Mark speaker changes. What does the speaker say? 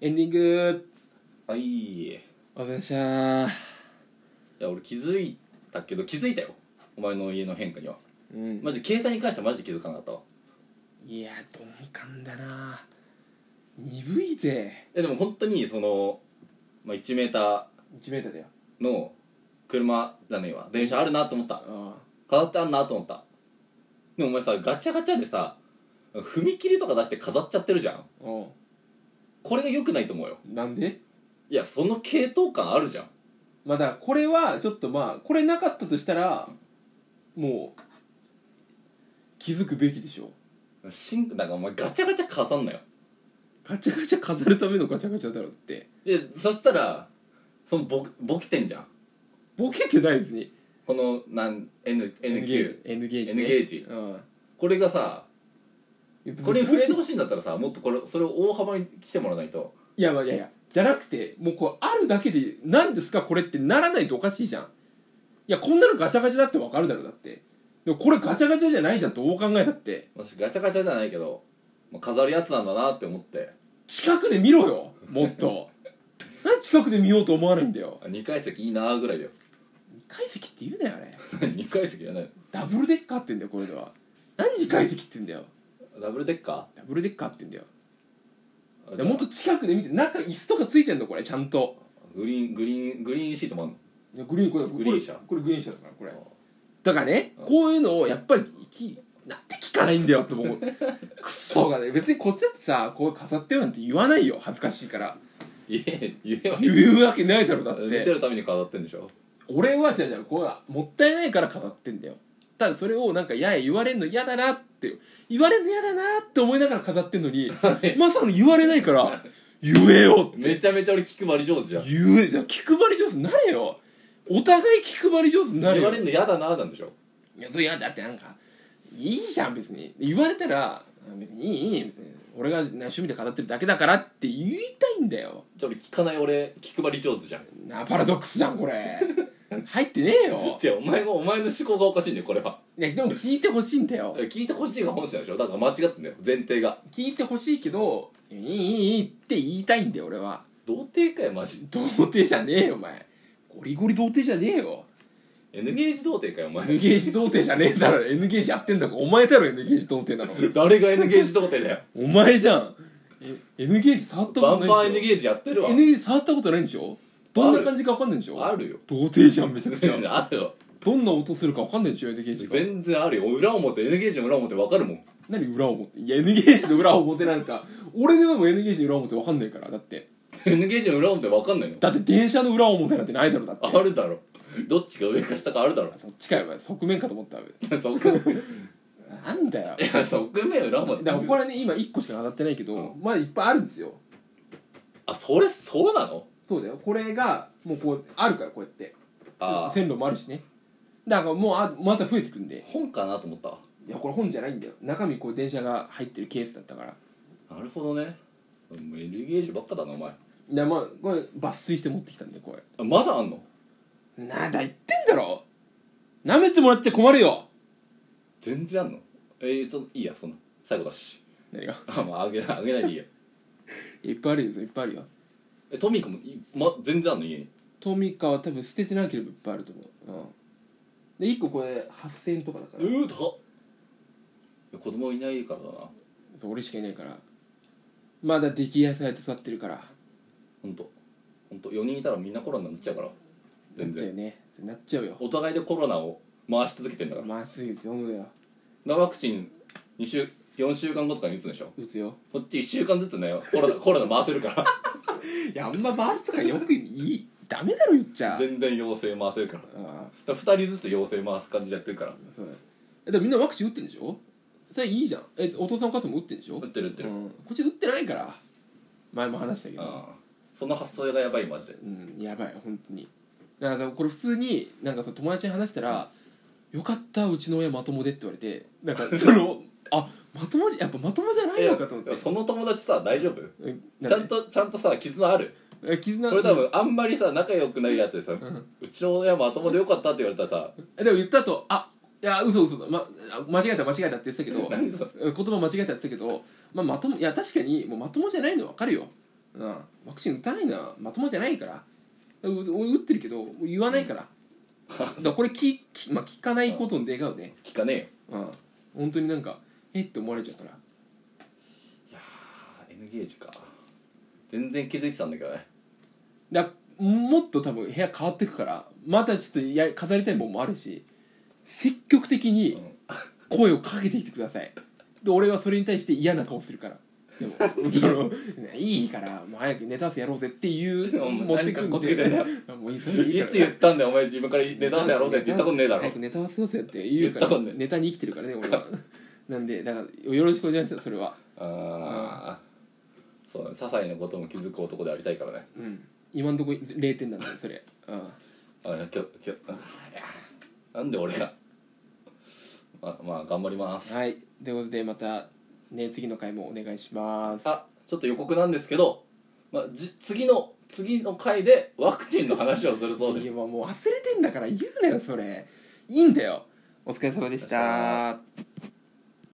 Speaker 1: エンディング
Speaker 2: はいい
Speaker 1: お疲れ様でした
Speaker 2: や俺気づいたけど気づいたよお前の家の変化には
Speaker 1: うん
Speaker 2: マジ携帯に関してはマジで気づかなかったわ
Speaker 1: いや鈍感だな鈍いぜ
Speaker 2: えでも本当にその、まあ、1メータ
Speaker 1: 1m だよ
Speaker 2: ーの車じゃねえわ電車あるなと思った
Speaker 1: あ
Speaker 2: 飾ってあんなと思ったでもお前さガチャガチャでさ踏切とか出して飾っちゃってるじゃん
Speaker 1: あお
Speaker 2: これが良くないと思うよ
Speaker 1: うなんで
Speaker 2: いやその系統感あるじゃん
Speaker 1: まあだからこれはちょっとまあこれなかったとしたらもう気づくべきでしょ
Speaker 2: 進だからお前ガチャガチャ飾んなよ
Speaker 1: ガチャガチャ飾るためのガチャガチャだろって
Speaker 2: でそしたらそのボボケてんじゃん
Speaker 1: ボケてないですね
Speaker 2: このなん N N 級
Speaker 1: N ゲージ
Speaker 2: N ゲージこれが
Speaker 1: うん
Speaker 2: さこれ触れてほしいんだったらさもっとこれそれを大幅に来てもらわないと
Speaker 1: いやまあいやいやじゃなくてもうこうあるだけで何ですかこれってならないとおかしいじゃんいやこんなのガチャガチャだってわかるだろだってでもこれガチャガチャじゃないじゃんどう考えたって
Speaker 2: 私ガチャガチャじゃないけど、まあ、飾るやつなんだなって思って
Speaker 1: 近くで見ろよもっとなんで近くで見ようと思わないんだよ
Speaker 2: あ2階席いいなーぐらいだよ
Speaker 1: 2階席って言うなよあれ
Speaker 2: 2階席じゃない
Speaker 1: ダブルデッカーって言うんだよこういうのは何2階席って言うんだよ
Speaker 2: ダブルデッカ
Speaker 1: ダブルデッカーって言うんだよ
Speaker 2: ー
Speaker 1: でもっと近くで見て中椅子とかついてんのこれちゃんと
Speaker 2: グリーングリーングリーンシートもあんの
Speaker 1: いやグリーンこれ
Speaker 2: グリーン車
Speaker 1: これグリーン車だからこれ
Speaker 2: あ
Speaker 1: だからね
Speaker 2: うん
Speaker 1: こういうのをやっぱりきなんで聞かないんだよって 僕クソがね別にこっちだってさこう飾ってよなんて言わないよ恥ずかしいから
Speaker 2: 言え言えばいい
Speaker 1: 言うわけないだろだっ
Speaker 2: 見せ
Speaker 1: て
Speaker 2: るために飾ってんでしょ
Speaker 1: 俺はじゃあじゃあこれはもったいないから飾ってんだよただそれをなんかやや言われんの嫌だなって言われんの嫌だなって思いながら飾ってんのに まさかの言われないから言えよって
Speaker 2: めちゃめちゃ俺気配り上手じゃん
Speaker 1: 言えよ気配り上手になれよお互い気配り上手になれ
Speaker 2: 言
Speaker 1: よ
Speaker 2: われんの嫌だなーなんでしょ
Speaker 1: いやそれやだってなんかいいじゃん別に言われたらあ別にいいいい別に俺がな趣味で語ってるだけだからって言いたいんだよ
Speaker 2: じゃあ俺聞かない俺気配り上手じゃん
Speaker 1: なパラドックスじゃんこれ入ってねえよ
Speaker 2: 違うお前もお前の思考がおかしいんだよこれはい
Speaker 1: やでも聞いてほしいんだよ
Speaker 2: 聞いてほしいが本心でしょだから間違ってんだよ前提が
Speaker 1: 聞いてほしいけどいいいいいいって言いたいんだよ俺は
Speaker 2: 童貞かよマジで
Speaker 1: 童貞じゃねえよお前ゴリゴリ童貞じゃねえよ
Speaker 2: N ゲージ童貞かよお
Speaker 1: N
Speaker 2: 前
Speaker 1: ゲージ童貞じゃねえだろ N ゲージやってんだからお前だろ N ゲージ童貞なの
Speaker 2: 誰が N ゲージ童貞だよ
Speaker 1: お前じゃんえ N ゲージ触ったことな
Speaker 2: バ
Speaker 1: い
Speaker 2: ン
Speaker 1: でし
Speaker 2: バ
Speaker 1: ょ
Speaker 2: ン N ゲージやってるわ
Speaker 1: N ゲージ触ったことないんでしょどんな感じか分かんないんでしょ
Speaker 2: あるよ
Speaker 1: 童貞じゃんめちゃくちゃ
Speaker 2: あるよ
Speaker 1: どんな音するか分かんないでしょ N ゲージが
Speaker 2: 全然あるよ裏表 N ゲージの裏表わかるもん
Speaker 1: 何裏表いや N ゲージの裏表なんか俺でも N ゲージの裏表分かんないからだって
Speaker 2: N ゲージの裏表わかんないの
Speaker 1: だって電車の裏表なんてないだろだって
Speaker 2: あるだろどっちか上か下かある だろ
Speaker 1: そっちかよお前側面かと思ったわ
Speaker 2: 側面
Speaker 1: なんだよ
Speaker 2: いや側面裏表
Speaker 1: だからこれね今1個しか当たってないけど、まだいっぱいあるんですよ
Speaker 2: あそれそうなの
Speaker 1: そうだよこれがもうこうあるからこうやって
Speaker 2: ああ
Speaker 1: 線路もあるしねだからもうあまた増えてくんで
Speaker 2: 本かなと思ったわ
Speaker 1: いやこれ本じゃないんだよ中身こう電車が入ってるケースだったから
Speaker 2: なるほどねもう N ゲージばっかだなお前
Speaker 1: いやまあこれ抜粋して持ってきたんでこれ
Speaker 2: あまだあんの
Speaker 1: なだ言ってんだろなめてもらっちゃ困るよ
Speaker 2: 全然あんのえー、ちょっといいやその最後だし
Speaker 1: 何が
Speaker 2: あまああげないあげないでいいや
Speaker 1: いっぱいあるよいっぱいあるよ
Speaker 2: えトミカもい、ま、全然あんの家に
Speaker 1: トミカは多分捨ててなければいっぱいあると思ううんで1個これ8000円とかだから
Speaker 2: うー高っ子供いないからだな
Speaker 1: そう俺しかいないからまだ出来野菜と育ってるから
Speaker 2: ほんとほんと4人いたらみんなコロナになっちゃうから
Speaker 1: なっ
Speaker 2: 全
Speaker 1: ちゃうよ
Speaker 2: 然
Speaker 1: ねなっちゃうよ
Speaker 2: お互いでコロナを回し続けてんだから
Speaker 1: まあすぐですよそうだよ
Speaker 2: なワクチン2週4週間後とかに打つんでしょ
Speaker 1: 打つよ
Speaker 2: こっち1週間ずつねコロナ コロナ回せるか
Speaker 1: いやあんま回すとかよくいいダメだろ言っち
Speaker 2: ら
Speaker 1: ゃ
Speaker 2: 全然陽性回せるから
Speaker 1: ああ
Speaker 2: だから2人ずつ陽性回す感じでやってるから
Speaker 1: そうだよえでもみんなワクチン打ってるんでしょそれいいじゃんえお父さんお母さんも打ってるんでしょ
Speaker 2: 打ってる打ってる、
Speaker 1: うん、こっち打ってないから前も話したけ
Speaker 2: あ
Speaker 1: ど
Speaker 2: あその発想がやばいマジで
Speaker 1: うんやばい本当にだからこれ普通になんかその友達に話したら「よかったうちの親まともで」って言われてなん かそのあまともじやっぱまともじゃないのかと思っ
Speaker 2: いや
Speaker 1: て
Speaker 2: その友達さ大丈夫
Speaker 1: えな
Speaker 2: ちゃんとちゃんとさ絆ある
Speaker 1: え絆
Speaker 2: これ多分あんまりさ仲良くないやつでさ、うんちの親も頭でよかったって言われたらさ
Speaker 1: えでも言った後あいや嘘嘘まあ間違えた間違えたって言ってたけど
Speaker 2: 何それ
Speaker 1: 言葉間違えたって言ってたけど、まあ、まともいや確かにもうまともじゃないの分かるようん、ワクチン打たないのはまともじゃないからう俺打ってるけど言わないから、だからこれ聞き、まあ、聞かないことの願うね、
Speaker 2: 聞かねえよ
Speaker 1: うん、本当になんかえって思われちゃうから
Speaker 2: あ N ゲージか全然気づいてたんだけどね
Speaker 1: だもっと多分部屋変わってくからまたちょっとや飾りたいもんもあるし積極的に声をかけてきてくださいで俺はそれに対して嫌な顔するからで もそのねいいからもう早くネタ合わせやろうぜっていう
Speaker 2: お前
Speaker 1: ん
Speaker 2: 何かっこつけてんだよ
Speaker 1: もういいそれいい
Speaker 2: い
Speaker 1: から
Speaker 2: つ言ったんだよお前自分からネタ合わせやろうぜって言ったことねえだろ
Speaker 1: 早くネタ合わせようぜって言うか
Speaker 2: 言った
Speaker 1: ら
Speaker 2: ことねえ
Speaker 1: ネタに生きてるからね俺はなんでだからよろしくお願いしますそれは
Speaker 2: ああそうだね些細なことも気づく男でありたいからね
Speaker 1: うん今んとこ0点なんだよそれうん
Speaker 2: あ今日今日あいやなんで俺がまあまあ頑張ります、
Speaker 1: はいということでまたね次の回もお願いします
Speaker 2: あちょっと予告なんですけど、まあ、じ次の次の回でワクチンの話をするそうです
Speaker 1: いやもう忘れてんだから言うなよそれいいんだよお疲れ様でし
Speaker 2: お疲れ様
Speaker 1: た